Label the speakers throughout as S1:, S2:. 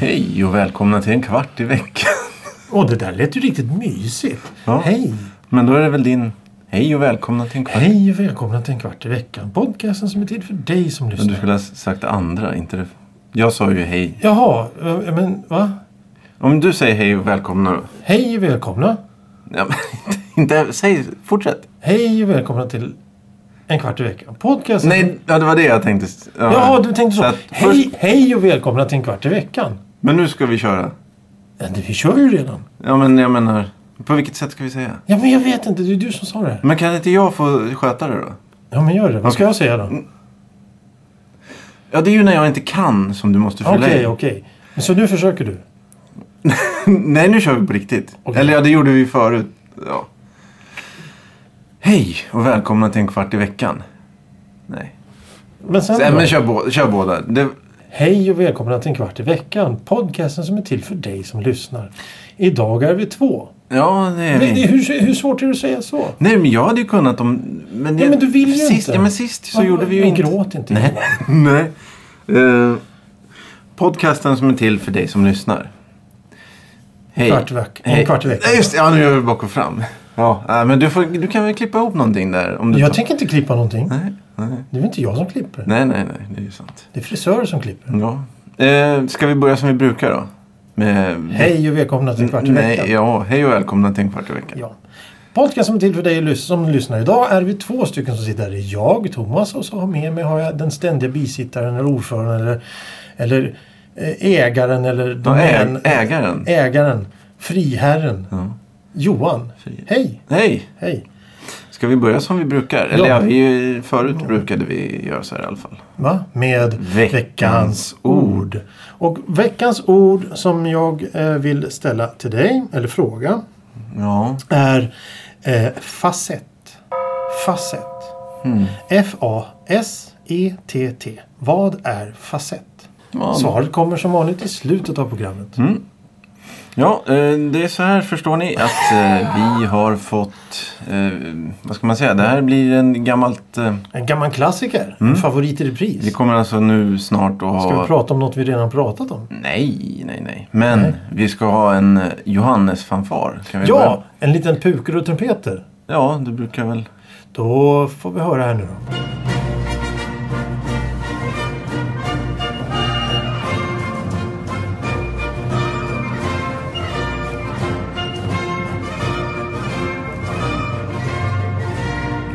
S1: Hej och välkomna till en kvart i veckan.
S2: Åh, det där lät ju riktigt mysigt.
S1: Ja.
S2: Hej!
S1: Men då är det väl din hej och välkomna till en kvart.
S2: Hej och välkomna till en kvart i veckan. Podcasten som är till för dig som
S1: Men Du
S2: lyssnar.
S1: skulle ha sagt det andra, inte det. Jag sa ju hej.
S2: Jaha, eh, men va?
S1: Om du säger hej och välkomna.
S2: Hej och välkomna.
S1: Ja, men inte, inte, säg, fortsätt.
S2: Hej och välkomna till en kvart i veckan. Podcasten
S1: Nej, ja, det var det jag tänkte. Ja,
S2: Jaha, du tänkte så.
S1: att
S2: hej,
S1: först-
S2: hej och välkomna till en kvart i veckan.
S1: Men nu ska vi köra.
S2: Men det- vi kör ju redan.
S1: Ja, men jag menar, på vilket sätt ska vi säga?
S2: Ja, men jag vet inte. Det är du som sa det här.
S1: Men kan inte jag få sköta det då?
S2: Ja, men gör det. Vad ska jag säga då?
S1: Mm, Ja, det är ju när jag inte kan som du måste fylla i.
S2: Okej, okej. Men Så nu försöker du?
S1: Nej, nu kör vi på riktigt.
S2: Okej.
S1: Eller ja, det gjorde vi förut. Ja. Hej och välkomna till en kvart i veckan. Nej.
S2: Men sen
S1: Nej,
S2: då?
S1: men kör, bå- kör båda. Det,
S2: Hej och välkomna till en kvart i veckan. Podcasten som är till för dig som lyssnar. Idag är vi två.
S1: ja, det är
S2: Men, det-
S1: vi.
S2: hur, hur svårt är det att säga så?
S1: Nej, men jag hade ju kunnat om... Men,
S2: Ja, men du vill ju
S1: sist,
S2: inte.
S1: Ja, men sist så
S2: Ja,
S1: gjorde vi ju
S2: men
S1: inte...
S2: Gråt inte.
S1: Nej. Nej. Eh, podcasten som är till för dig som lyssnar. Hej.
S2: Kvart i veck- en
S1: Hej.
S2: kvart i veckan.
S1: Nej, just det. Ja, nu gör vi bak och fram. Ja, äh, men du, får, du kan väl klippa ihop någonting där? Om du
S2: Jag
S1: tar-
S2: tänker inte klippa någonting.
S1: Nej, nej.
S2: Det är väl inte jag som klipper.
S1: Nej, nej, nej. Det är ju sant.
S2: Det är frisörer som klipper.
S1: Ja. Eh, ska vi börja som vi brukar då? Med...
S2: Hej och välkomna till en kvart i
S1: Nej,
S2: veckan.
S1: ja. Hej och välkomna till en kvart i veckan.
S2: Ja. Podcast som är till för dig lys- som lyssnar. Idag är vi två stycken som sitter här. Det är jag, Thomas, och så har med mig har jag den ständiga bisittaren eller ordföranden eller, eller eh, ägaren eller
S1: Ja, äg-
S2: domän-
S1: ägaren.
S2: ägaren, friherren,
S1: Ja.
S2: Johan.
S1: Fri-
S2: Hej,
S1: Hej!
S2: hej.
S1: Ska vi börja som vi brukar? Eller ja,
S2: Ja.
S1: vi, förut brukade vi göra så här i alla fall.
S2: Va? Med
S1: Veckans
S2: veckans, ord. Och veckans ord som jag eh, vill ställa till dig, eller fråga,
S1: Ja.
S2: är eh, facett. Facett.
S1: Hmm.
S2: F-A-S-E-T-T. E Vad är facett?
S1: Ja. Hmm.
S2: Svaret kommer som vanligt i slutet av programmet.
S1: Ja, eh, det är så här förstår ni att eh, vi har fått, eh, vad ska man säga, det här blir en gammalt, eh,
S2: En gammal klassiker. En favorit i
S1: Hmm. vi
S2: repris.
S1: kommer alltså nu snart att ha...
S2: Ska vi prata om något vi redan pratat om?
S1: Nej, nej, nej. Men vi ska ha en eh, Johannes-fanfar. Kan vi börja?
S2: Ja, en liten puker och trumpeter.
S1: Ja, du brukar väl...
S2: Då får vi höra här nu då.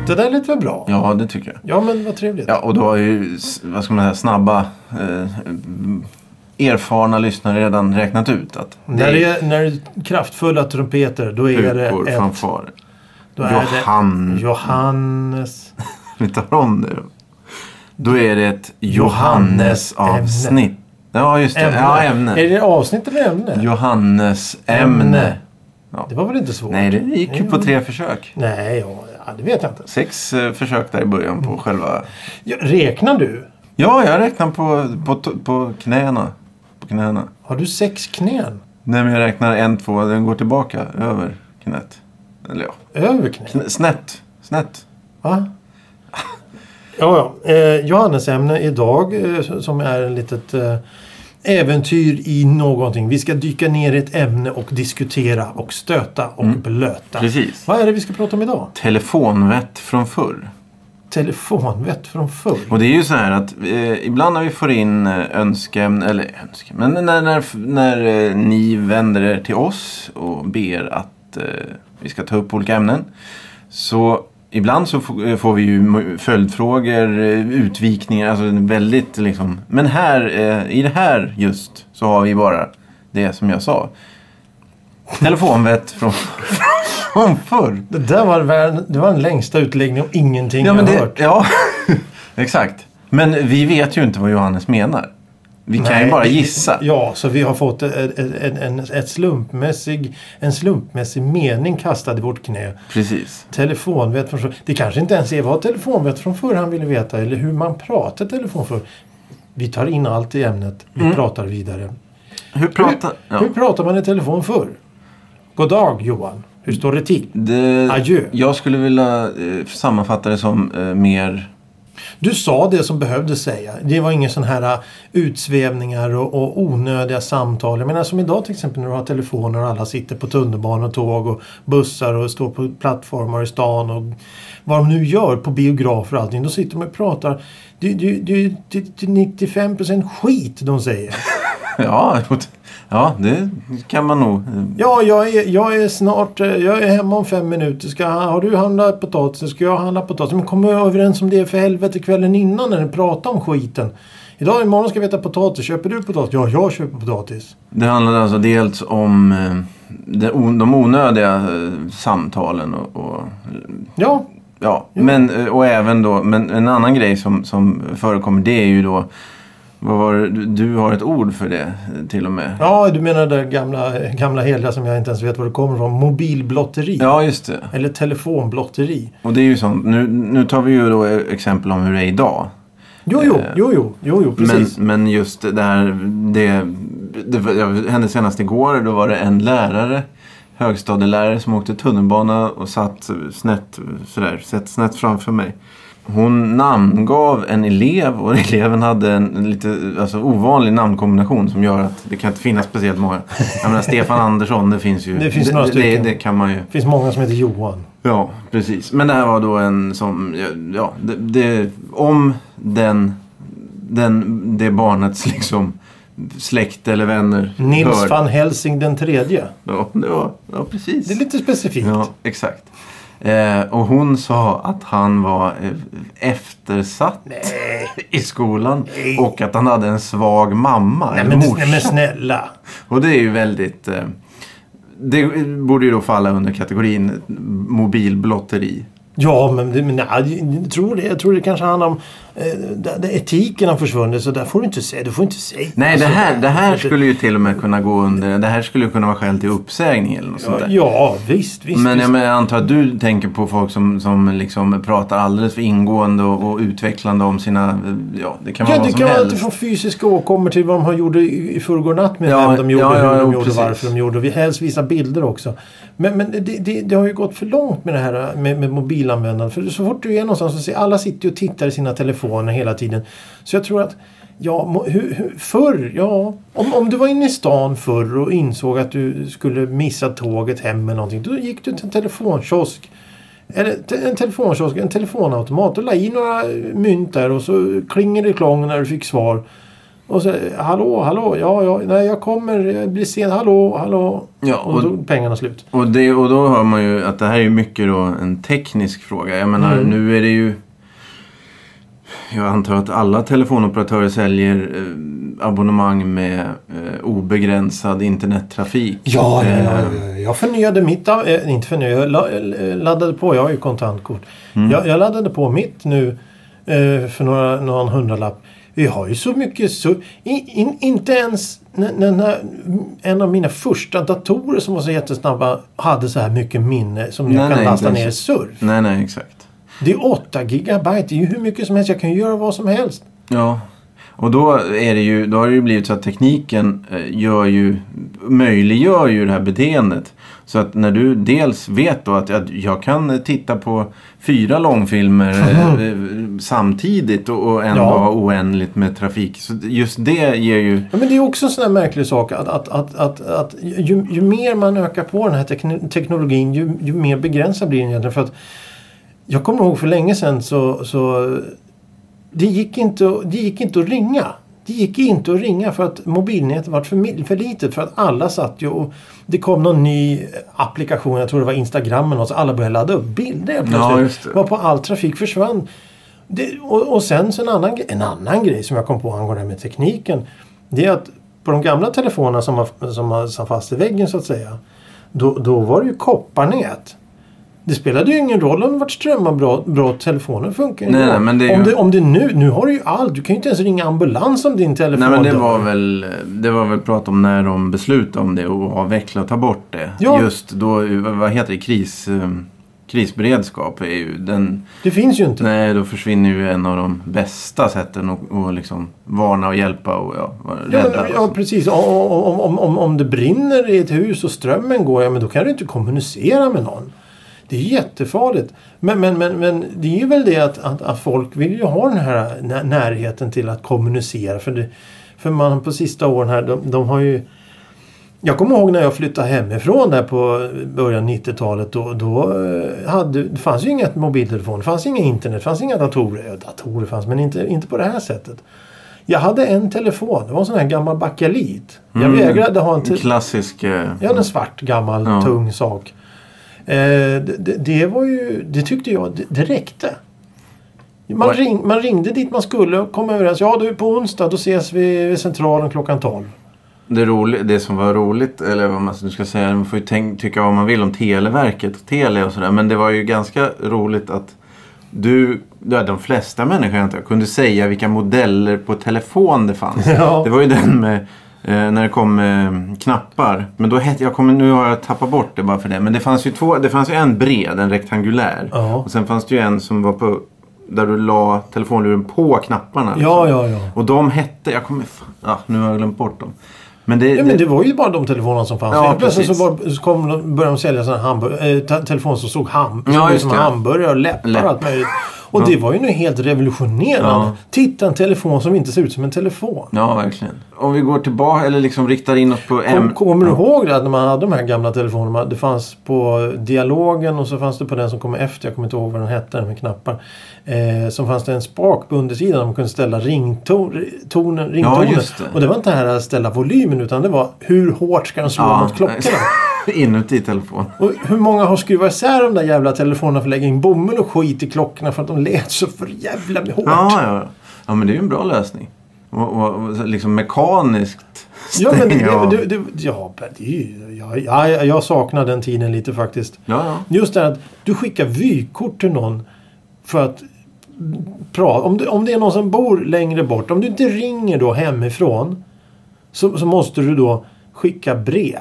S2: Det där lät väl bra?
S1: Ja, det tycker jag.
S2: Ja, men vad trevligt.
S1: Ja, och då har ju, s- vad ska man säga, snabba, eh, m- erfarna lyssnare redan räknat ut att
S2: När, det är, när det är kraftfulla trumpeter då är det
S1: pukor,
S2: ett...
S1: fanfar.
S2: Då är
S1: Johan.
S2: det Johannes.
S1: Vi tar om det då. Då är det ett Johannes-avsnitt. Ja, just det.
S2: Ämne.
S1: Ja,
S2: Är
S1: ämne.
S2: det avsnitt eller ämne?
S1: Johannes-ämne.
S2: Det var väl inte svårt?
S1: Nej, det gick ju på tre försök.
S2: Nej, ja, ja, det vet jag inte.
S1: Sex eh, försök där i början
S2: Mm.
S1: på själva...
S2: Ja, Räknar du?
S1: Ja, jag räknar på, på, på knäna. På knäna.
S2: Har du sex knän?
S1: Nej, men jag räknar en, två, den går tillbaka över knät. Eller ja,
S2: Över knän?
S1: kn- snett. Snett.
S2: Va? Ja, ja. Eh, Johannes ämne idag eh, som är en litet eh, äventyr i någonting. Vi ska dyka ner i ett ämne och diskutera och stöta och blöta.
S1: Mm. Precis.
S2: Vad är det vi ska prata om idag?
S1: Telefonvett från förr.
S2: Telefonvett från förr.
S1: Och det är ju så här att eh, ibland när vi får in eh, önskeämnen, eller önskeämnen, men när, när, när eh, ni vänder er till oss och ber att eh, vi ska ta upp olika ämnen. Så ibland så får, eh, får vi ju m- följdfrågor, eh, utvikningar, alltså en väldigt liksom. Men här, eh, i det här just, så har vi bara det som jag sa. Telefonvett från, från förr.
S2: Det där var, världen- det var den längsta utläggningen om ingenting
S1: Ja, men
S2: jag
S1: det,
S2: hört.
S1: ja exakt. Men vi vet ju inte vad Johannes menar. Vi kan ju bara
S2: vi-
S1: gissa.
S2: Ja, så vi har fått en, en, en, ett slumpmässig, en slumpmässig mening kastad i vårt knä.
S1: Precis.
S2: Telefonvett från förr. Det kanske inte ens är vad telefonvett från förr han ville veta eller hur man pratar telefon förr. Vi tar in allt i ämnet. Vi
S1: Mm.
S2: pratar vidare.
S1: Hur pratar...
S2: Hur,
S1: Ja.
S2: hur pratar man i telefon förr? God dag Johan. Hur står det till?
S1: Det,
S2: Adjö.
S1: Jag skulle vilja eh, sammanfatta det som eh, mer...
S2: Du sa det som behövdes säga. Det var inga sådana här uh, utsvävningar och, och onödiga samtal. Jag menar som idag till exempel när du har telefoner och alla sitter på tunnelbanor och tåg och bussar och står på plattformar i stan och vad de nu gör på biografer och allting. Då sitter de och pratar. Det det- det- det- det är 95% skit de säger.
S1: Ja, jo, ja, det kan man nog. eh,
S2: Ja, jag är, jag är snart eh, jag är hemma om fem minuter. Ska, har du handlat potatis? Ska jag handla potatis? Men kom överens om det för helvete kvällen innan när ni pratar om skiten. Idag imorgon ska vi äta potatis. Köper du potatis? Ja, jag köper potatis.
S1: Det handlade alltså dels om eh, det o- de onödiga eh, samtalen och, och
S2: Ja,
S1: Ja, men, eh, och även då, men en annan grej som, som förekommer det är ju då, vad var det, du- du har ett ord för det eh, till och med.
S2: ja du menar det gamla, gamla heliga som jag inte ens vet var det kommer ifrån. Mobilblotteri.
S1: Ja, just det.
S2: Eller telefonblotteri.
S1: Och det är ju sånt, nu, nu tar vi ju då eh, exempel om hur det är idag.
S2: Jo, jo,
S1: Eh,
S2: jo, jo, jo, jo
S1: Men,
S2: precis.
S1: men just det här, det, det, var- jag hände senast igår, då var det en lärare, högstadielärare som åkte tunnelbana och satt snett, sådär, satt snett framför mig. Hon namngav en elev och eleven hade en lite alltså, ovanlig namnkombination som gör att det kan inte finnas speciellt många. Jag menar Stefan Andersson, det finns ju.
S2: Det finns några
S1: det, det,
S2: stycken.
S1: det kan man ju.
S2: Det finns många som heter Johan.
S1: Ja, precis. Men det här var då en som... Ja, det, det, om den, den, det barnets liksom släkt eller vänner
S2: Nils
S1: hör-
S2: van Helsing den tredje.
S1: Ja, det var, ja precis.
S2: Det är lite specifikt.
S1: Ja, exakt. Eh, och hon sa att han var eh, eftersatt i skolan
S2: Nej.
S1: och att han hade en svag mamma,
S2: Nej,
S1: en
S2: men,
S1: morsa.
S2: nej men snälla.
S1: Och det är ju väldigt... Eh, det borde ju då falla under kategorin mobilblotteri.
S2: Ja, men, det- men nej, jag, tror det, jag tror det kanske handlar om... Eh, där, där etiken har försvunnit, så där får du inte säga. Du får inte säga.
S1: Nej, det
S2: Alltså,
S1: här, det här
S2: alltså,
S1: skulle ju till och med kunna gå under... Det här skulle ju kunna vara skäl till uppsägning eller något sånt
S2: Ja,
S1: där.
S2: ja, visst, visst.
S1: Men
S2: visst.
S1: jag, men jag antar att du tänker på folk som, som liksom pratar alldeles för ingående och, och utvecklande om sina... Ja, det kan vara
S2: ja,
S1: vad
S2: det
S1: som
S2: kan vara allt
S1: helst.
S2: från fysiska åkommor till vad de har gjorde i i förrgår natt med
S1: Ja,
S2: vem de gjorde,
S1: ja, ja,
S2: hur de
S1: jo,
S2: gjorde,
S1: precis.
S2: varför de gjorde. Och vi helst visa bilder också. Men, men det, det, det har ju gått för långt med det här med, med mobilanvändande. För så fort du är någonstans så ser alla sitter ju och tittar i sina telefoner hela tiden. Så jag tror att Ja, må- hur, hur, förr, ja. Om, om du var inne i stan förr och insåg att du skulle missa tåget hem eller någonting. Då gick du till en telefonkiosk. Eller te- en telefonkiosk, en telefonautomat. Och la i några mynt där och så klinger det klång när du fick svar. Och så, hallå, hallå, ja, ja, nej jag kommer, jag blir sen, hallå, hallå.
S1: Ja,
S2: och,
S1: och-
S2: då är pengarna slut.
S1: Och, det, och då hör man ju att det här är ju mycket då en teknisk fråga. Jag menar,
S2: Mm.
S1: nu är det ju... Jag antar att alla telefonoperatörer säljer eh, abonnemang med eh, obegränsad internettrafik.
S2: Ja, ja, ja,
S1: Eh,
S2: ja. Jag förnyade mitt, av- eh, inte förnyade, jag la, eh, laddade på, jag har ju kontantkort.
S1: Mm.
S2: Jag, jag laddade på mitt nu eh, för några, någon hundralapp. Vi har ju så mycket, så, in, in, inte ens när, när, när en av mina första datorer som var så jättesnabba hade så här mycket minne som jag
S1: Nej,
S2: kan
S1: nej,
S2: lasta
S1: inte
S2: ner i
S1: ens.
S2: surf.
S1: Nej, nej, exakt.
S2: Det är 8 gigabyte, det är ju hur mycket som helst, jag kan ju göra vad som helst.
S1: Ja. Och då, är det ju, då har det ju blivit så att tekniken eh, gör ju, möjliggör ju det här beteendet. Så att när du dels vet då att, att jag kan eh, titta på fyra långfilmer eh, eh, samtidigt och, och ändå
S2: Ja.
S1: ha oändligt med trafik. Så just det ger ju...
S2: Ja, men det är också en sån här märklig sak att, att, att, att, att ju, ju mer man ökar på den här tekn- teknologin ju, ju mer begränsad blir den egentligen. För att jag kommer ihåg för länge sedan så, så det, gick inte, att- det gick inte att ringa. Det gick inte att ringa för att mobilnätet var för, mil- för litet för att alla satt ju och det kom någon ny applikation, jag tror det var Instagram eller något, så alla började ladda upp bilder helt
S1: Ja,
S2: plötsligt.
S1: just det.
S2: Varpå all trafik försvann. Det, och, och sen så en annan, gre- en annan grej som jag kom på angående det här med tekniken. Det är att på de gamla telefonerna som var, som var satt fast i väggen så att säga. Då, då var det ju kopparnät. Det spelade ju ingen roll om det var strömavbrott. Telefonen funkar ju
S1: Nej,
S2: ändå.
S1: nej, men det är
S2: om,
S1: ju-
S2: det, om det nu... Nu har du ju allt. Du kan ju inte ens ringa ambulans om din telefon
S1: Nej men det
S2: dör.
S1: var, väl, det var väl prat om när de beslutade om det och avveckla och ta bort det.
S2: Ja.
S1: Just då, vad heter det, kris... eh, krisberedskap är ju den...
S2: Det finns ju inte.
S1: Nej, då försvinner ju en av de bästa sätten att att liksom varna och hjälpa och ja, vara
S2: Ja,
S1: rädda.
S2: men, ja precis. Om, om, om, om det brinner i ett hus och strömmen går, ja men då kan du inte kommunicera med någon. Det är jättefarligt. Men, men, men, men det är ju väl det att, att, att folk vill ju ha den här nä- närheten till att kommunicera. För, det, för man på sista åren här, de, de har ju... Jag kommer ihåg när jag flyttade hemifrån där på början 90-talet. Då, då eh, hade, det fanns ju inget mobiltelefon, det fanns inget internet, det fanns inga datorer. Ja, datorer fanns, men inte, inte på det här sättet. Jag hade en telefon, det var en sån här gammal bakelit. Jag
S1: Mm.
S2: vägrade ha en te-
S1: Klassisk... eh,
S2: jag hade en svart gammal
S1: Ja.
S2: tung sak. Eh, det, det- det var ju, det tyckte jag, det, det räckte. Man,
S1: Oj.
S2: ring, man ringde dit man skulle och kom överens. Ja du, på onsdag då ses vi vid centralen klockan 12.
S1: Det, roli- det som var roligt, eller vad man nu ska säga, man får ju tänk- tycka vad man vill om Televerket och Telia och sådär. Men det var ju ganska roligt att du, ja, de flesta människor antar jag, kunde säga vilka modeller på telefon det fanns.
S2: Ja.
S1: Det var ju den med, eh, när det kom eh, knappar. Men då hette, jag kommer, nu har jag tappat bort det bara för det. Men det fanns ju två, det fanns ju en bred, en rektangulär.
S2: Ja.
S1: Och sen fanns det ju en som var på, där du la telefonluren på knapparna. liksom.
S2: Ja, ja, ja.
S1: Och de hette, jag kommer fan, ja, nu har jag glömt bort dem. Men det,
S2: Ja, men det var ju bara de telefonerna som fanns.
S1: Mm. Ja,
S2: Helt plötsligt så,
S1: precis.
S2: var, så kom, de- började de sälja såna hamburg- eh, te- telefoner som såg ham-
S1: Ja,
S2: som
S1: just
S2: som
S1: det.
S2: hamburgare och läppar
S1: Läpp.
S2: och allt möjligt. Och det var ju nu helt revolutionerande.
S1: Ja.
S2: Titta, en telefon som inte ser ut som en telefon.
S1: ja, verkligen. Om vi går tillbaka, eller liksom riktar in oss på
S2: Kom,
S1: ämnet.
S2: kommer du ihåg det att när man hade de här gamla telefonerna? Det fanns på dialogen och så fanns det på den som kom efter. Jag kommer inte ihåg vad den hette, den med knappar. Eh, som fanns det en spak på undersidan där man kunde ställa ringtonen. Ringtonen.
S1: just det.
S2: Och det var inte det här att ställa volymen utan det var hur hårt ska den slå
S1: Ja.
S2: mot klockorna?
S1: Inuti telefon.
S2: Och hur många har skruvat isär de där jävla telefonerna för att lägga in bomull och skit i klockorna för att de lät så för jävla hårt?
S1: Ja, ja, ja. ja, men det är ju en bra lösning. Och, och, och så liksom mekaniskt
S2: Ja, men det,
S1: stänga av.
S2: det, det, ja, men det är ju, ja, ja, jag saknar den tiden lite faktiskt.
S1: Ja, ja.
S2: Just det här att du skickar vykort till någon för att prata. Om det, om det är någon som bor längre bort. Om du inte ringer då hemifrån så, så måste du då skicka brev.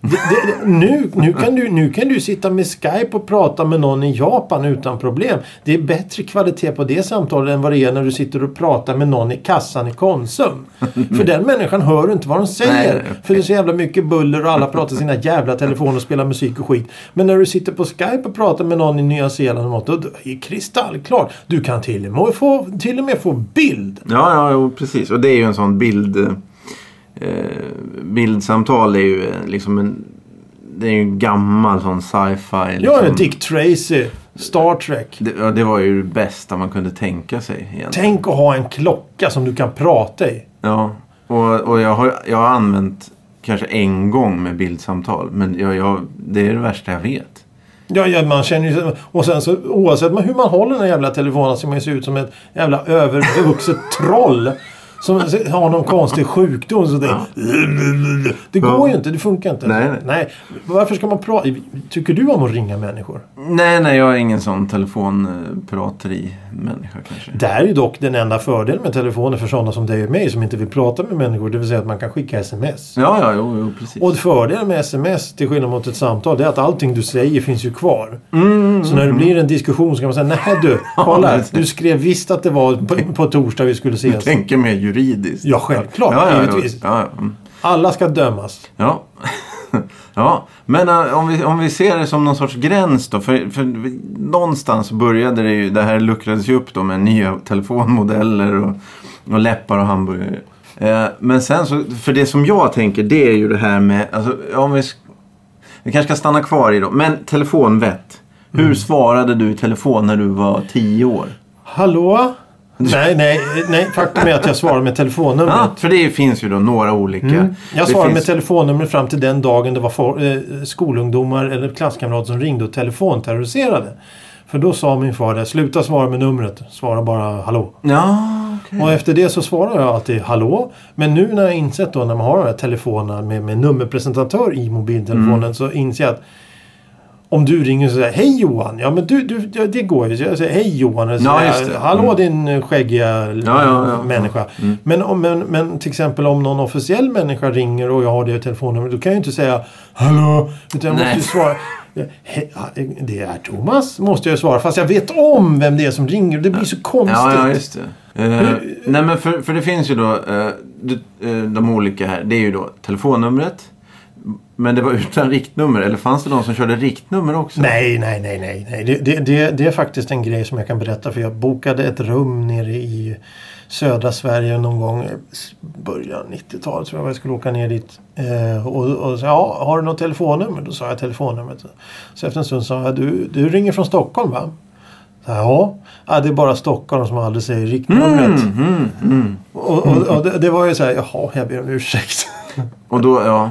S2: Det, det, det, nu, nu, kan du, nu kan du sitta med Skype och prata med någon i Japan utan problem. Det är bättre kvalitet på det samtalet än vad det är när du sitter och pratar med någon i kassan i Konsum. För den människan hör du inte vad de säger.
S1: Nej, nej.
S2: För det är så jävla mycket buller och alla pratar sina jävla telefoner och spelar musik och skit. Men när du sitter på Skype och pratar med någon i Nya Zeeland och något, då, då är det kristallklart. Du kan till och med få, till och med få bild.
S1: Ja, ja, jo, precis. Och det är ju en sån bild... Eh, bildsamtal är ju eh, liksom en... Det är ju en gammal sån sci-fi.
S2: Ja,
S1: Liksom.
S2: Dick Tracy, Star Trek.
S1: det, ja, det var ju det bästa man kunde tänka sig. Egentligen.
S2: Tänk att ha en klocka som du kan prata i.
S1: Ja, och, och jag, har, jag har använt kanske en gång med bildsamtal. Men jag, jag, det är det värsta jag vet.
S2: Ja, ja, man känner ju... Och sen så oavsett man- hur man håller den här jävla telefonen så man ju se ut som ett jävla övervuxet troll. Som har någon konstig sjukdom. Så det, det går ju inte, det funkar inte.
S1: Nej, nej.
S2: Varför ska man prata? Tycker du om att ringa människor?
S1: Nej, nej, jag är ingen sån telefonprateri-människa kanske.
S2: Det här är ju dock den enda fördelen med telefoner för sådana som dig och mig som inte vill prata med människor. Det vill säga att man kan skicka sms.
S1: Ja, ja, jo, jo precis.
S2: Och fördelen med sms till skillnad mot ett samtal det är att allting du säger finns ju kvar.
S1: Mm.
S2: så när det blir en diskussion så kan man säga nej du, kolla här,
S1: just det.
S2: du skrev visst att det var på, på torsdag vi skulle ses.
S1: Tänker mer juridiskt.
S2: Ja, självklart,
S1: Ja, ja, ja,
S2: givetvis.
S1: ja, ja. mm.
S2: Alla ska dömas.
S1: Ja. ja, men eh, om vi, om vi ser det som någon sorts gräns då. För, för vi- någonstans började det ju, det här luckrades ju upp då med nya telefonmodeller och, och läppar och hamburgare. Eh, men sen så, för det som jag tänker det är ju det här med, alltså, om vi, sk- vi kanske ska stanna kvar i då, men telefonvett. Hur
S2: Mm.
S1: svarade du i telefon när du var tio år?
S2: Hallå? Nej, nej, nej. Faktum är att jag svarar med telefonnummer.
S1: Ja, för det finns ju då några olika.
S2: Mm. Jag
S1: Det
S2: svarade
S1: finns-
S2: med telefonnummer fram till den dagen det var for, eh, skolungdomar eller klasskamrater som ringde och telefonterroriserade. För då sa min far det, sluta svara med numret, svara bara hallå.
S1: Ja, okej.
S2: Och efter det så svarar jag alltid hallå. Men nu när jag insett då när man har de här telefonerna med, med nummerpresentatör i mobiltelefonen
S1: Mm.
S2: så inser jag att om du ringer och säger hej Johan. Ja men du, du ja, det går ju. Så Jag säger hej Johan. Eller så
S1: Ja,
S2: säger jag,
S1: just det.
S2: Hallå
S1: Mm.
S2: din eh, skäggiga l-
S1: Ja, ja, Mm. ja.
S2: människa. Men, om, men, men till exempel om någon officiell människa ringer och jag har det telefonnumret. Då kan jag ju inte säga hallå. Utan jag måste
S1: Nej.
S2: ju svara. "He- ja, Det är Thomas, måste jag svara. Fast jag vet om vem det är som ringer och det blir så konstigt.
S1: Ja, ja, just det. Eh, nej, men för, för det finns ju då eh, du- eh, de olika här. Det är ju då telefonnumret. Men det var utan riktnummer. Eller fanns det de som körde riktnummer också?
S2: Nej, nej, nej, nej. nej. Det, det, det, det är faktiskt en grej som jag kan berätta för jag bokade ett rum nere i södra Sverige någon gång i början 90-talet tror jag jag skulle åka ner dit. Eh, och, och sa ja, har du något telefonnummer? Då sa jag telefonnumret. Så efter en stund sa jag, du, du ringer från Stockholm va? Så, jag, ja, ja, det är bara Stockholm som aldrig säger riktnumret.
S1: Mhm, mm.
S2: Och, och, och det, det var ju så här, jaha, jag ber om ursäkt.
S1: Och då, ja.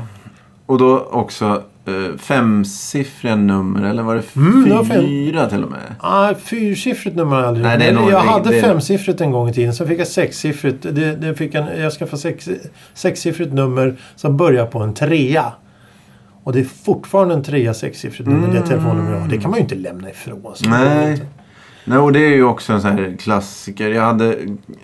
S1: Och då också eh, femsiffriga nummer. Eller var det
S2: Mm, det var fem.
S1: fyra till och med?
S2: Ah, fyrsiffrigt nummer har jag aldrig
S1: Nej, det är
S2: Men
S1: nog-
S2: Jag
S1: det-
S2: hade
S1: det-
S2: femsiffrigt en gång i tiden. Sen fick jag sexsiffrigt. Det, det fick en, jag skaffade sex, sexsiffrigt nummer som börjar på en trea. Och det är fortfarande en trea sexsiffrigt nummer. Det telefonnummer jag har. Det kan man ju inte lämna ifrån sig.
S1: Mm. Nej. Nej, och det är ju också en sån här klassiker. Jag hade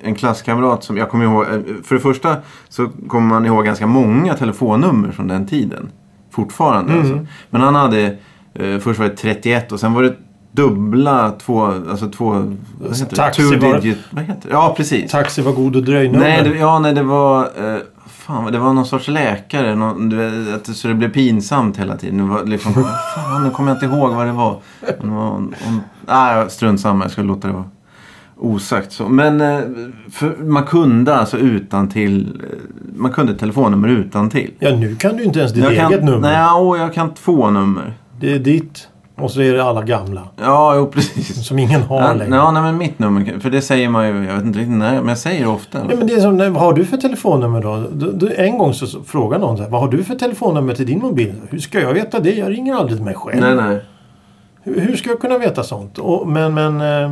S1: en klasskamrat som jag kommer ihåg. eh, För det första så kommer man ihåg ganska många telefonnummer från den tiden. Fortfarande
S2: Mm.
S1: alltså. Men han hade, eh, först var det 31 och sen var det dubbla två, alltså två, vad heter
S2: Taxi
S1: det?
S2: var det.
S1: digit, vad heter det? Ja, precis.
S2: Taxi var god och dröj nummer.
S1: Nej, det, ja, nej, det var... Eh, fan, det var någon sorts läkare. Någon, du vet, att, så det blev pinsamt hela tiden. Det var liksom, fan, nu kommer jag inte ihåg vad det var. Men det var om, om, nej, strunt samma. Jag skulle låta det vara osagt. Så. Men eh, för, man kunde alltså utan till eh, Man kunde telefonnummer utan till
S2: Ja, nu kan du inte ens ditt eget
S1: kan,
S2: nummer.
S1: Nej, åh, jag kan två nummer.
S2: Det är ditt. Och så är det alla gamla.
S1: Ja, jo, precis.
S2: Som ingen har
S1: Ja,
S2: längre.
S1: ja, nej, men mitt nummer. kan- För det säger man ju. Jag vet inte riktigt när. Men jag säger det ofta.
S2: Ja, men det är som, när- vad har du för telefonnummer då? Du, du, en gång så så frågar någon så här, vad har du för telefonnummer till din mobil? Hur ska jag veta det? Jag ringer aldrig mig själv.
S1: nej, nej.
S2: Hur, hur ska jag kunna veta sånt? Och, men men eh,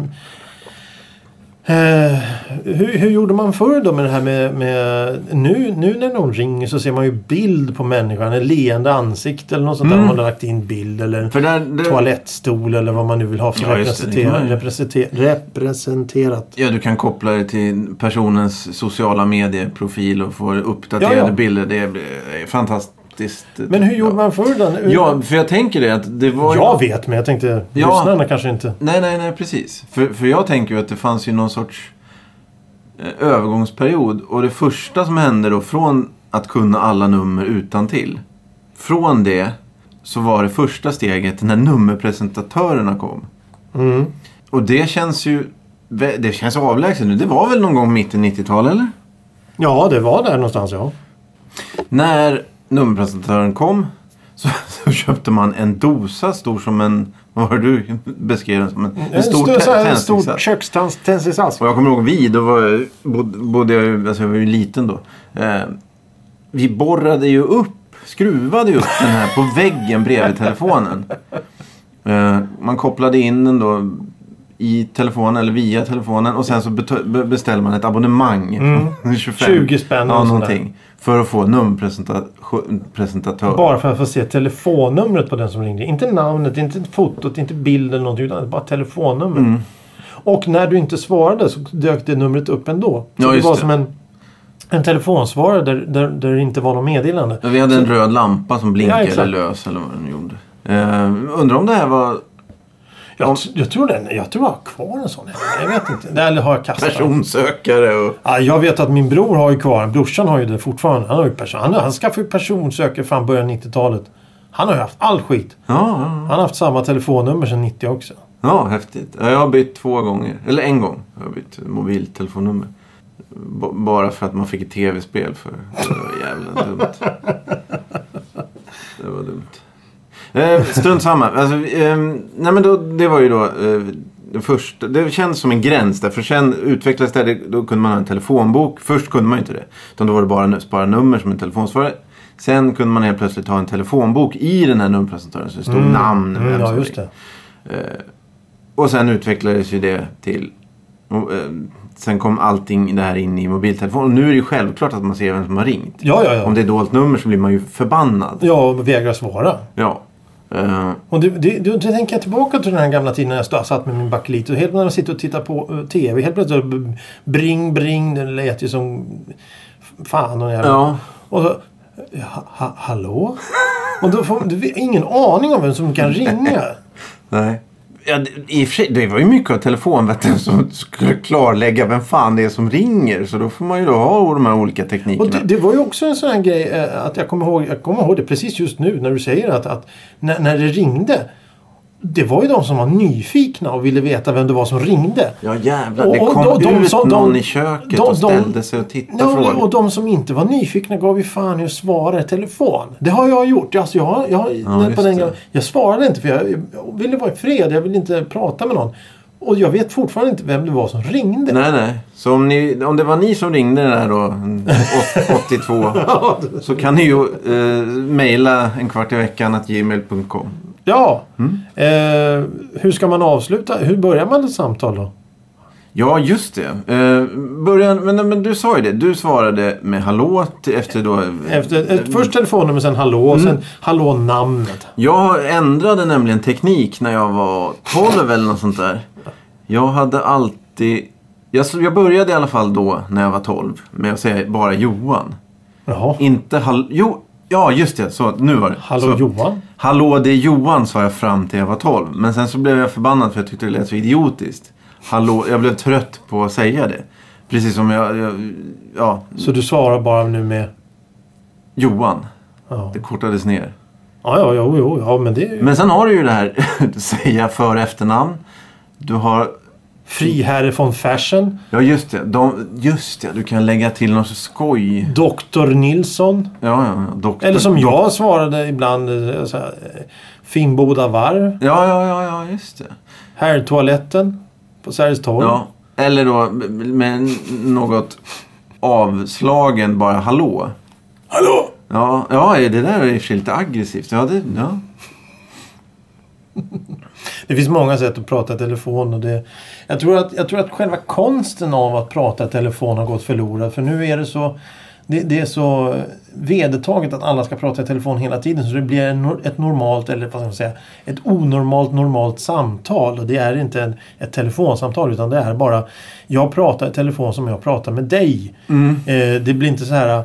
S2: eh, hur, hur gjorde man förr då med det här med, med nu, nu när någon ringer så ser man ju bild på människan. Ett leende ansikte eller något sånt
S1: Mm.
S2: där. Man har lagt in bild eller en
S1: För där, det,
S2: toalettstol eller vad man nu vill ha för
S1: Ja, just det, det kan
S2: representera,
S1: man ju.
S2: representer- representerat.
S1: Ja, du kan koppla det till personens sociala medieprofil och få uppdaterade
S2: Ja, ja.
S1: bilder. Det är fantastiskt.
S2: Men hur gjorde man förr då? Hur-
S1: Ja, för jag tänker det att det var...
S2: Jag vet, men jag tänkte
S1: Ja.
S2: lyssnarna kanske inte.
S1: Nej, nej, nej, precis. För, för jag tänker ju att det fanns ju någon sorts eh, övergångsperiod. Och det första som hände då från att kunna alla nummer utan till. Från det så var det första steget när nummerpresentatörerna kom.
S2: Mm.
S1: Och det känns ju... vä- Det känns avlägset nu. Det var väl någon gång mitt i 90-talet, eller?
S2: Ja, det var där någonstans ja.
S1: När nummerpresentatören kom så, så köpte man en dosa stor som en... Vad var det du beskrev den som? En, en stor
S2: st- så här, en stor
S1: tändsticksask.
S2: kökständsticsask.
S1: Och jag kommer ihåg vi, då var, jag- bod- bodde jag ju- alltså jag var ju liten då. Eh, vi borrade ju upp, skruvade ju upp den här på väggen bredvid telefonen. Eh, man kopplade in den då i telefonen eller via telefonen och sen så bet- be- beställde man ett abonnemang.
S2: Mm.
S1: 25.
S2: 20 spänn
S1: Ja,
S2: och sånt
S1: någonting. För att få nummerpresentatör.
S2: Bara för att få se telefonnumret på den som ringde. Inte namnet, inte fotot, inte bilden någonting. Utan bara telefonnumret.
S1: Mm.
S2: Och när du inte svarade så dök det numret upp ändå. Så
S1: Ja,
S2: det
S1: just
S2: var
S1: det.
S2: som en, en telefonsvarare där, där, där det inte var något meddelande.
S1: Men Vi hade en röd lampa som
S2: Ja,
S1: blinkade
S2: exakt.
S1: eller lös eller vad den gjorde. Eh, undrar om det här var
S2: Jag, t- jag, tror den, jag tror jag har kvar en sån. Jag vet inte. Eller har jag kastat? den?
S1: personsökare och...
S2: Ja, jag vet att min bror har ju kvar den. Brorsan har ju det fortfarande. Han, har ju person, han, han skaffade ju personsökare fram början 90-talet. Han har ju haft all skit.
S1: Ja, ja,
S2: Han har haft samma telefonnummer sedan 90 också.
S1: ja, häftigt. Ja, Jag har bytt två gånger. Eller en gång har jag bytt mobiltelefonnummer. B- bara för att man fick ett tv-spel för det var jävla dumt. Det var dumt. Eh, strunt samma. Alltså, eh, nej men då, det var ju då eh, det första. Det känns som en gräns där. För sen utvecklades det. här, Då kunde man ha en telefonbok. Först kunde man ju inte det. Utan då var det bara nu- spara nummer som en telefonsvarare. Sen kunde man helt plötsligt ha en telefonbok i den här nummerpresentatören. Så det stod namn. vem
S2: Mm, ja,
S1: som
S2: just
S1: ringde.
S2: det.
S1: Och sen utvecklades ju det till... och, eh, Sen kom allting det här in i mobiltelefon. Och nu är det ju självklart att man ser vem som har ringt.
S2: Ja, ja, ja.
S1: Om det är dolt nummer så blir man ju förbannad.
S2: Ja, och vägrar svara.
S1: Ja. Eh,
S2: Och det, det, det, då tänker jag tillbaka till den här gamla tiden när jag stod, satt med min bakelit och helt när jag sitter och tittar på eh, TV. Helt plötsligt b- bring bring. Det lät ju som fan och jävla...
S1: ja.
S2: Och så... Ja, ha, hallå? Och då får, du har ingen aning om vem som kan ringa.
S1: Nej. Ja, det, i och för sig, det var ju mycket av telefonvetten som skulle klarlägga vem fan det är som ringer. Så då får man ju då ha de här olika teknikerna.
S2: Och det, det var ju också en sån här grej eh, att jag kommer ihåg, jag kommer ihåg det precis just nu när du säger att, att när, när det ringde. Det var ju de som var nyfikna och ville veta vem det var som ringde.
S1: Ja jävlar,
S2: Och-
S1: det
S2: och
S1: kom
S2: de- de
S1: ut
S2: som-
S1: någon
S2: de-
S1: i köket
S2: de-
S1: och ställde
S2: de-
S1: sig och tittade
S2: Ja,
S1: och
S2: och-
S1: frågade.
S2: och de som inte var nyfikna gav ju fan i att svara i telefon. Det har jag gjort. Alltså jag, jag, när, på
S1: just
S2: den,
S1: det.
S2: jag, jag svarade inte för jag, jag ville vara i fred. Jag ville inte prata med någon. Och jag vet fortfarande inte vem det var som ringde.
S1: Nej, nej. Så om, ni, om det var ni som ringde den här då, en åt- 82, så kan ni ju eh, mejla en kvart i veckan att gmail.com.
S2: Ja.
S1: Mm.
S2: Eh, hur ska man avsluta? Hur börjar man ett samtal då?
S1: Ja, just det. Eh, början, men, men du sa ju det. Du svarade med hallå till- efter då...
S2: Efter,
S1: Mm.
S2: eh, först telefonnummer, sen hallå, sen hallå namnet.
S1: Jag ändrade nämligen teknik när jag var 12 eller något sånt där. Jag hade alltid... Jag, jag började i alla fall då när jag var 12 med att säga bara Johan.
S2: Jaha.
S1: Inte hallå... Jo, ja just det. Så nu var det.
S2: Hallå
S1: så,
S2: Johan.
S1: Hallå, det är Johan sa jag fram till jag var 12. Men sen så blev jag förbannad för jag tyckte det lät så idiotiskt. Hallå, jag blev trött på att säga det. Precis som jag... jag ja,
S2: Så du svarar bara nu med...
S1: Johan.
S2: Ja,
S1: Det kortades ner.
S2: ja, ja, jo, jo, ja men det är ju...
S1: Men sen har du ju det här säga för och efternamn. Du har...
S2: Friherre von Fersen,
S1: Ja, just det. De, just det, du kan lägga till något så skoj.
S2: Doktor Nilsson.
S1: Ja, ja, ja. Doktor.
S2: Eller som jag svarade ibland. eh, Så här, eh, Finnboda varv.
S1: Ja, ja, ja, ja, just det.
S2: Herrtoaletten. På Sergels torg.
S1: Ja. Eller då med något avslagen bara hallå.
S2: Hallå!
S1: Ja, ja det där är i och för sig lite aggressivt. Ja, det, ja.
S2: Det finns många sätt att prata i telefon. Och det, jag, tror att, jag tror att själva konsten av att prata i telefon har gått förlorad. För nu är det så det, det är så vedertaget att alla ska prata i telefon hela tiden. Så det blir en, nor- ett normalt, eller vad ska man säga, ett onormalt normalt samtal. Och det är inte en, ett telefonsamtal utan det är bara jag pratar i telefon som jag pratar med dig.
S1: Mm.
S2: Eh, det blir inte så här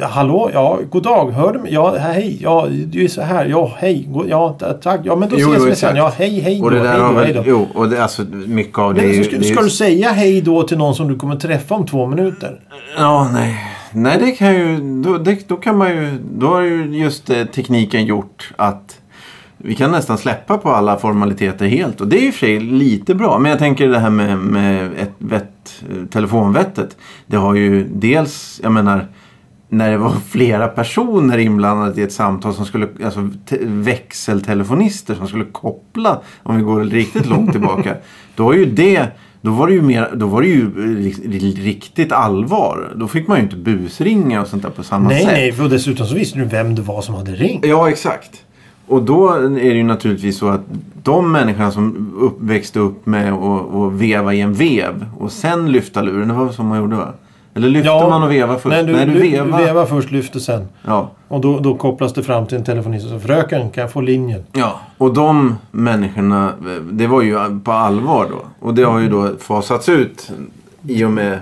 S2: Ja, Hallå, ja, god dag, hör du mig? Ja, hej, ja, du är så här, ja, hej, go- ja, ta- tack, ja, men då
S1: Jo,
S2: ses
S1: jo,
S2: vi sen,
S1: exakt.
S2: ja, hej, hej då,
S1: Och det
S2: hej
S1: där
S2: då,
S1: har
S2: hej då.
S1: väl... Jo, och det, alltså mycket av det
S2: Men
S1: är ju...
S2: så ska,
S1: det är ju-
S2: ska du säga hej då till någon som du kommer träffa om två minuter?
S1: Ja, nej. Nej, det kan ju... Då, det, då kan man ju... Då har ju just eh, tekniken gjort att vi kan nästan släppa på alla formaliteter helt. Och det är ju i och för sig lite bra. Men jag tänker det här med, med ett vett, eh, telefonvettet. Det har ju dels, jag menar, när det var flera personer inblandade i ett samtal som skulle, alltså te- växeltelefonister som skulle koppla, om vi går riktigt långt tillbaka. Då var ju det, då var det ju mer, då var det ju eh, ri- riktigt allvar. Då fick man ju inte busringa och sånt där på samma
S2: nej,
S1: sätt.
S2: nej, för dessutom så visste du vem det var som hade ringt.
S1: Ja, exakt. Och då är det ju naturligtvis så att de människorna som upp, växte upp med att att veva i en vev och sen lyfta luren, det var väl så man gjorde va? Eller lyfte
S2: Ja.
S1: man och veva först?
S2: Nej, du,
S1: Nej, du,
S2: du,
S1: veva.
S2: du vevar först, lyfter sen.
S1: Ja.
S2: Och då, då kopplas det fram till en telefonist och så fröken, kan jag få linjen?
S1: ja. Och de människorna, eh, det var ju på allvar då. Och det har ju då fasats ut i och med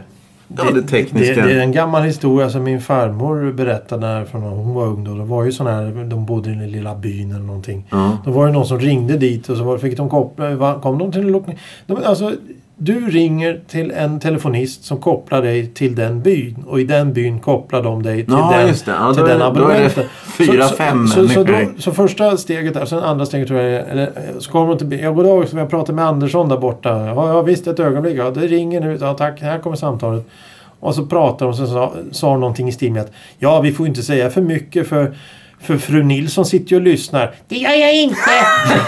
S1: ja, det,
S2: Det,
S1: tekniska.
S2: det är en gammal historia som min farmor berättade när från när hon var ung. Då. Det var ju sån här, de bodde i den lilla byn eller någonting.
S1: Ja.
S2: Då var det någon som ringde dit och så var, fick de koppla, va- kom de till en lokal. De, alltså, du ringer till en telefonist som kopplar dig till den byn och i den byn kopplar de dig till
S1: Ja,
S2: den,
S1: just det. Ja,
S2: till
S1: då är-
S2: den
S1: då är
S2: abonnenten.
S1: det fyra,
S2: så,
S1: fem
S2: så, så, så, då,
S1: människor.
S2: så första steget där, sen andra steget tror jag är- eller, eh, så kommer de till byn. Ja, goddag, så jag pratar med Andersson där borta. Ja, ja visst, ett ögonblick. Ja, det ringer nu. Ja, tack, här kommer samtalet. Och så pratar de och så sa, sa de någonting i stil med att ja, vi får inte säga för mycket för, för fru Nilsson sitter ju och lyssnar. Det gör jag inte!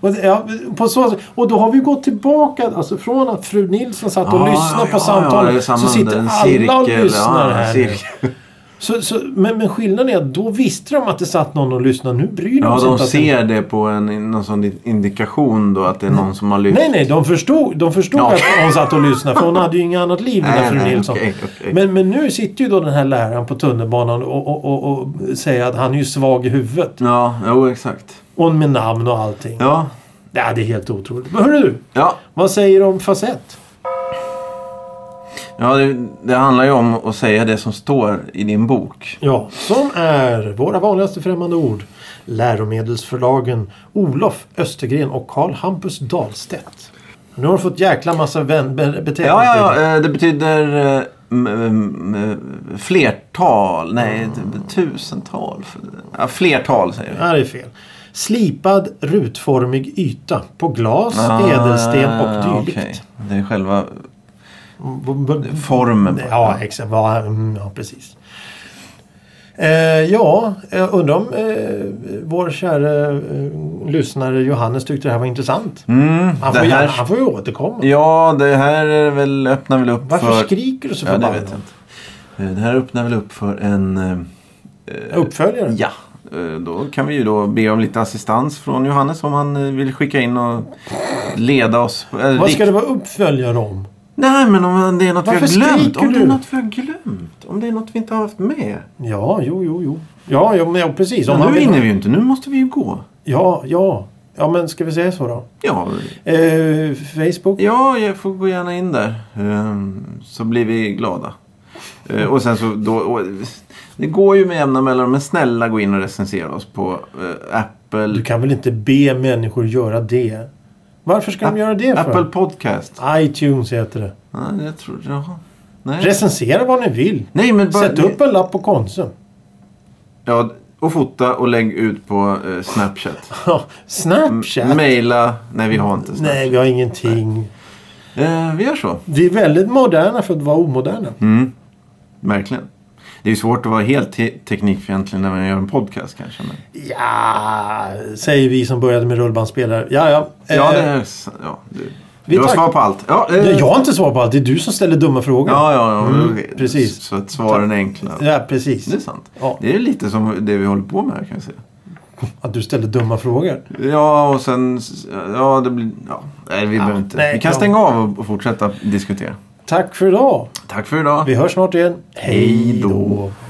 S2: Och, det- ja, på så, och då har vi gått tillbaka alltså, från att fru Nilsson satt och
S1: Ja,
S2: lyssnade på
S1: ja, ja,
S2: samtalen.
S1: det är
S2: så
S1: samma-
S2: sitter
S1: en
S2: alla och
S1: cirkel, ja,
S2: lyssnar
S1: en
S2: här. nu.
S1: cirkel.
S2: Så, så, men, men skillnaden är att då visste de att det satt någon och lyssnade. Nu bryr de
S1: Ja,
S2: sig
S1: de
S2: inte. att det-
S1: ser det på en någon sån indikation då att det är någon som har lyft.
S2: Nej, nej, de förstod, de förstod
S1: Ja.
S2: att hon satt och lyssnade för hon hade ju inget annat liv den där
S1: Nej,
S2: fru
S1: nej,
S2: Nilsson.
S1: okej, okej.
S2: Men, men nu sitter ju då den här läraren på tunnelbanan och, och, och, och säger att han är ju svag i huvudet.
S1: Ja, jo exakt.
S2: Och med namn och allting. Ja.
S1: Ja,
S2: det är helt otroligt. Men hörru du,
S1: ja.
S2: vad säger du om fasett?
S1: Ja, det, det handlar ju om att säga det som står i din bok.
S2: Ja, som är våra vanligaste främmande ord. Läromedelsförlagen Olof Östergren och Carl Hampus Dahlstedt. Nu har du fått jäkla massa vän- be- beteenden.
S1: Ja, ja, ja eh, det betyder eh, m- m- m- flertal. Nej, t- tusental. Ja, flertal säger vi.
S2: Nej, det är fel. Slipad rutformig yta på glas,
S1: Ah,
S2: ädelsten och dylikt.
S1: okej. Det är själva
S2: B- b-
S1: formen. på det.
S2: Ja, exakt. Ja, mm, ja, precis. Eh, ja, jag undrar om eh, vår kära eh, lyssnare Johannes tyckte det här var intressant.
S1: Mm,
S2: Han,
S1: det
S2: får, gärna,
S1: här,
S2: han får ju återkomma.
S1: ja, det här är väl, öppnar väl upp
S2: Varför
S1: för...
S2: skriker du så
S1: Ja, det
S2: förbannat?
S1: vet jag inte. Eh, Det här öppnar väl upp för en... eh,
S2: Uppföljare?
S1: Ja, eh, då kan vi ju då be om lite assistans från Johannes om han eh, vill skicka in och leda oss. på- eh,
S2: Vad
S1: dikt.
S2: ska det vara uppföljare om?
S1: Nej, men om det är något
S2: Varför
S1: vi har glömt.
S2: skriker
S1: Om det
S2: du?
S1: är något vi har glömt. Om det är något vi inte har haft med.
S2: Ja, jo, jo, jo. Ja, jo, men, ja precis. Om
S1: Ja,
S2: han
S1: nu
S2: vill-
S1: hinner vi ju inte. Nu måste vi ju gå.
S2: Ja, ja. Ja, men ska vi säga så då?
S1: Ja,
S2: Eh, Facebook?
S1: ja jag får gå gärna in där. Ehm, Så blir vi glada. Eh, Och sen så då... Och, det går ju med jämna mellanrum. Men snälla gå in och recensera oss på eh,
S2: Du
S1: Apple,
S2: kan väl inte be människor göra det? Varför ska de göra det för?
S1: Apple Mm. Podcast.
S2: iTunes heter det.
S1: Nej, jag tror... Jaha. Nej.
S2: Recensera vad ni vill.
S1: Nej, men bara...
S2: Sätt upp en lapp på Konsum.
S1: Ja, och fota och lägg ut på eh, Snapchat.
S2: Ja,
S1: Mm,
S2: Snapchat?
S1: Maila. Nej, vi har inte Snapchat.
S2: Nej, vi har ingenting.
S1: Eh, vi gör så.
S2: Vi är väldigt moderna för att vara omoderna.
S1: Mm. Verkligen. Det är ju svårt att vara helt te- teknikfientlig när man gör en podcast kanske. Men...
S2: Ja, säger vi som började med rullbandspelare. Ja, ja. Eh,
S1: Ja, det är... s- Ja, du
S2: vi
S1: du har
S2: tack-
S1: svar på allt. Ja, eh,
S2: Jag har inte svar på allt. Det är du som ställer dumma frågor.
S1: ja, ja, ja
S2: Mm,
S1: okej.
S2: precis.
S1: Så att svaren är enkla.
S2: Ja, precis.
S1: Det är sant.
S2: Ja.
S1: Det är lite som det vi håller på med här kan jag säga.
S2: Att du ställer dumma frågor.
S1: Ja, och sen... s- Ja, det blir... Ja, nej, vi behöver inte...
S2: nej,
S1: vi kan
S2: ja.
S1: stänga av och- och fortsätta diskutera.
S2: Tack för idag.
S1: Tack för idag.
S2: Vi hörs snart igen.
S1: Hej då.
S2: då.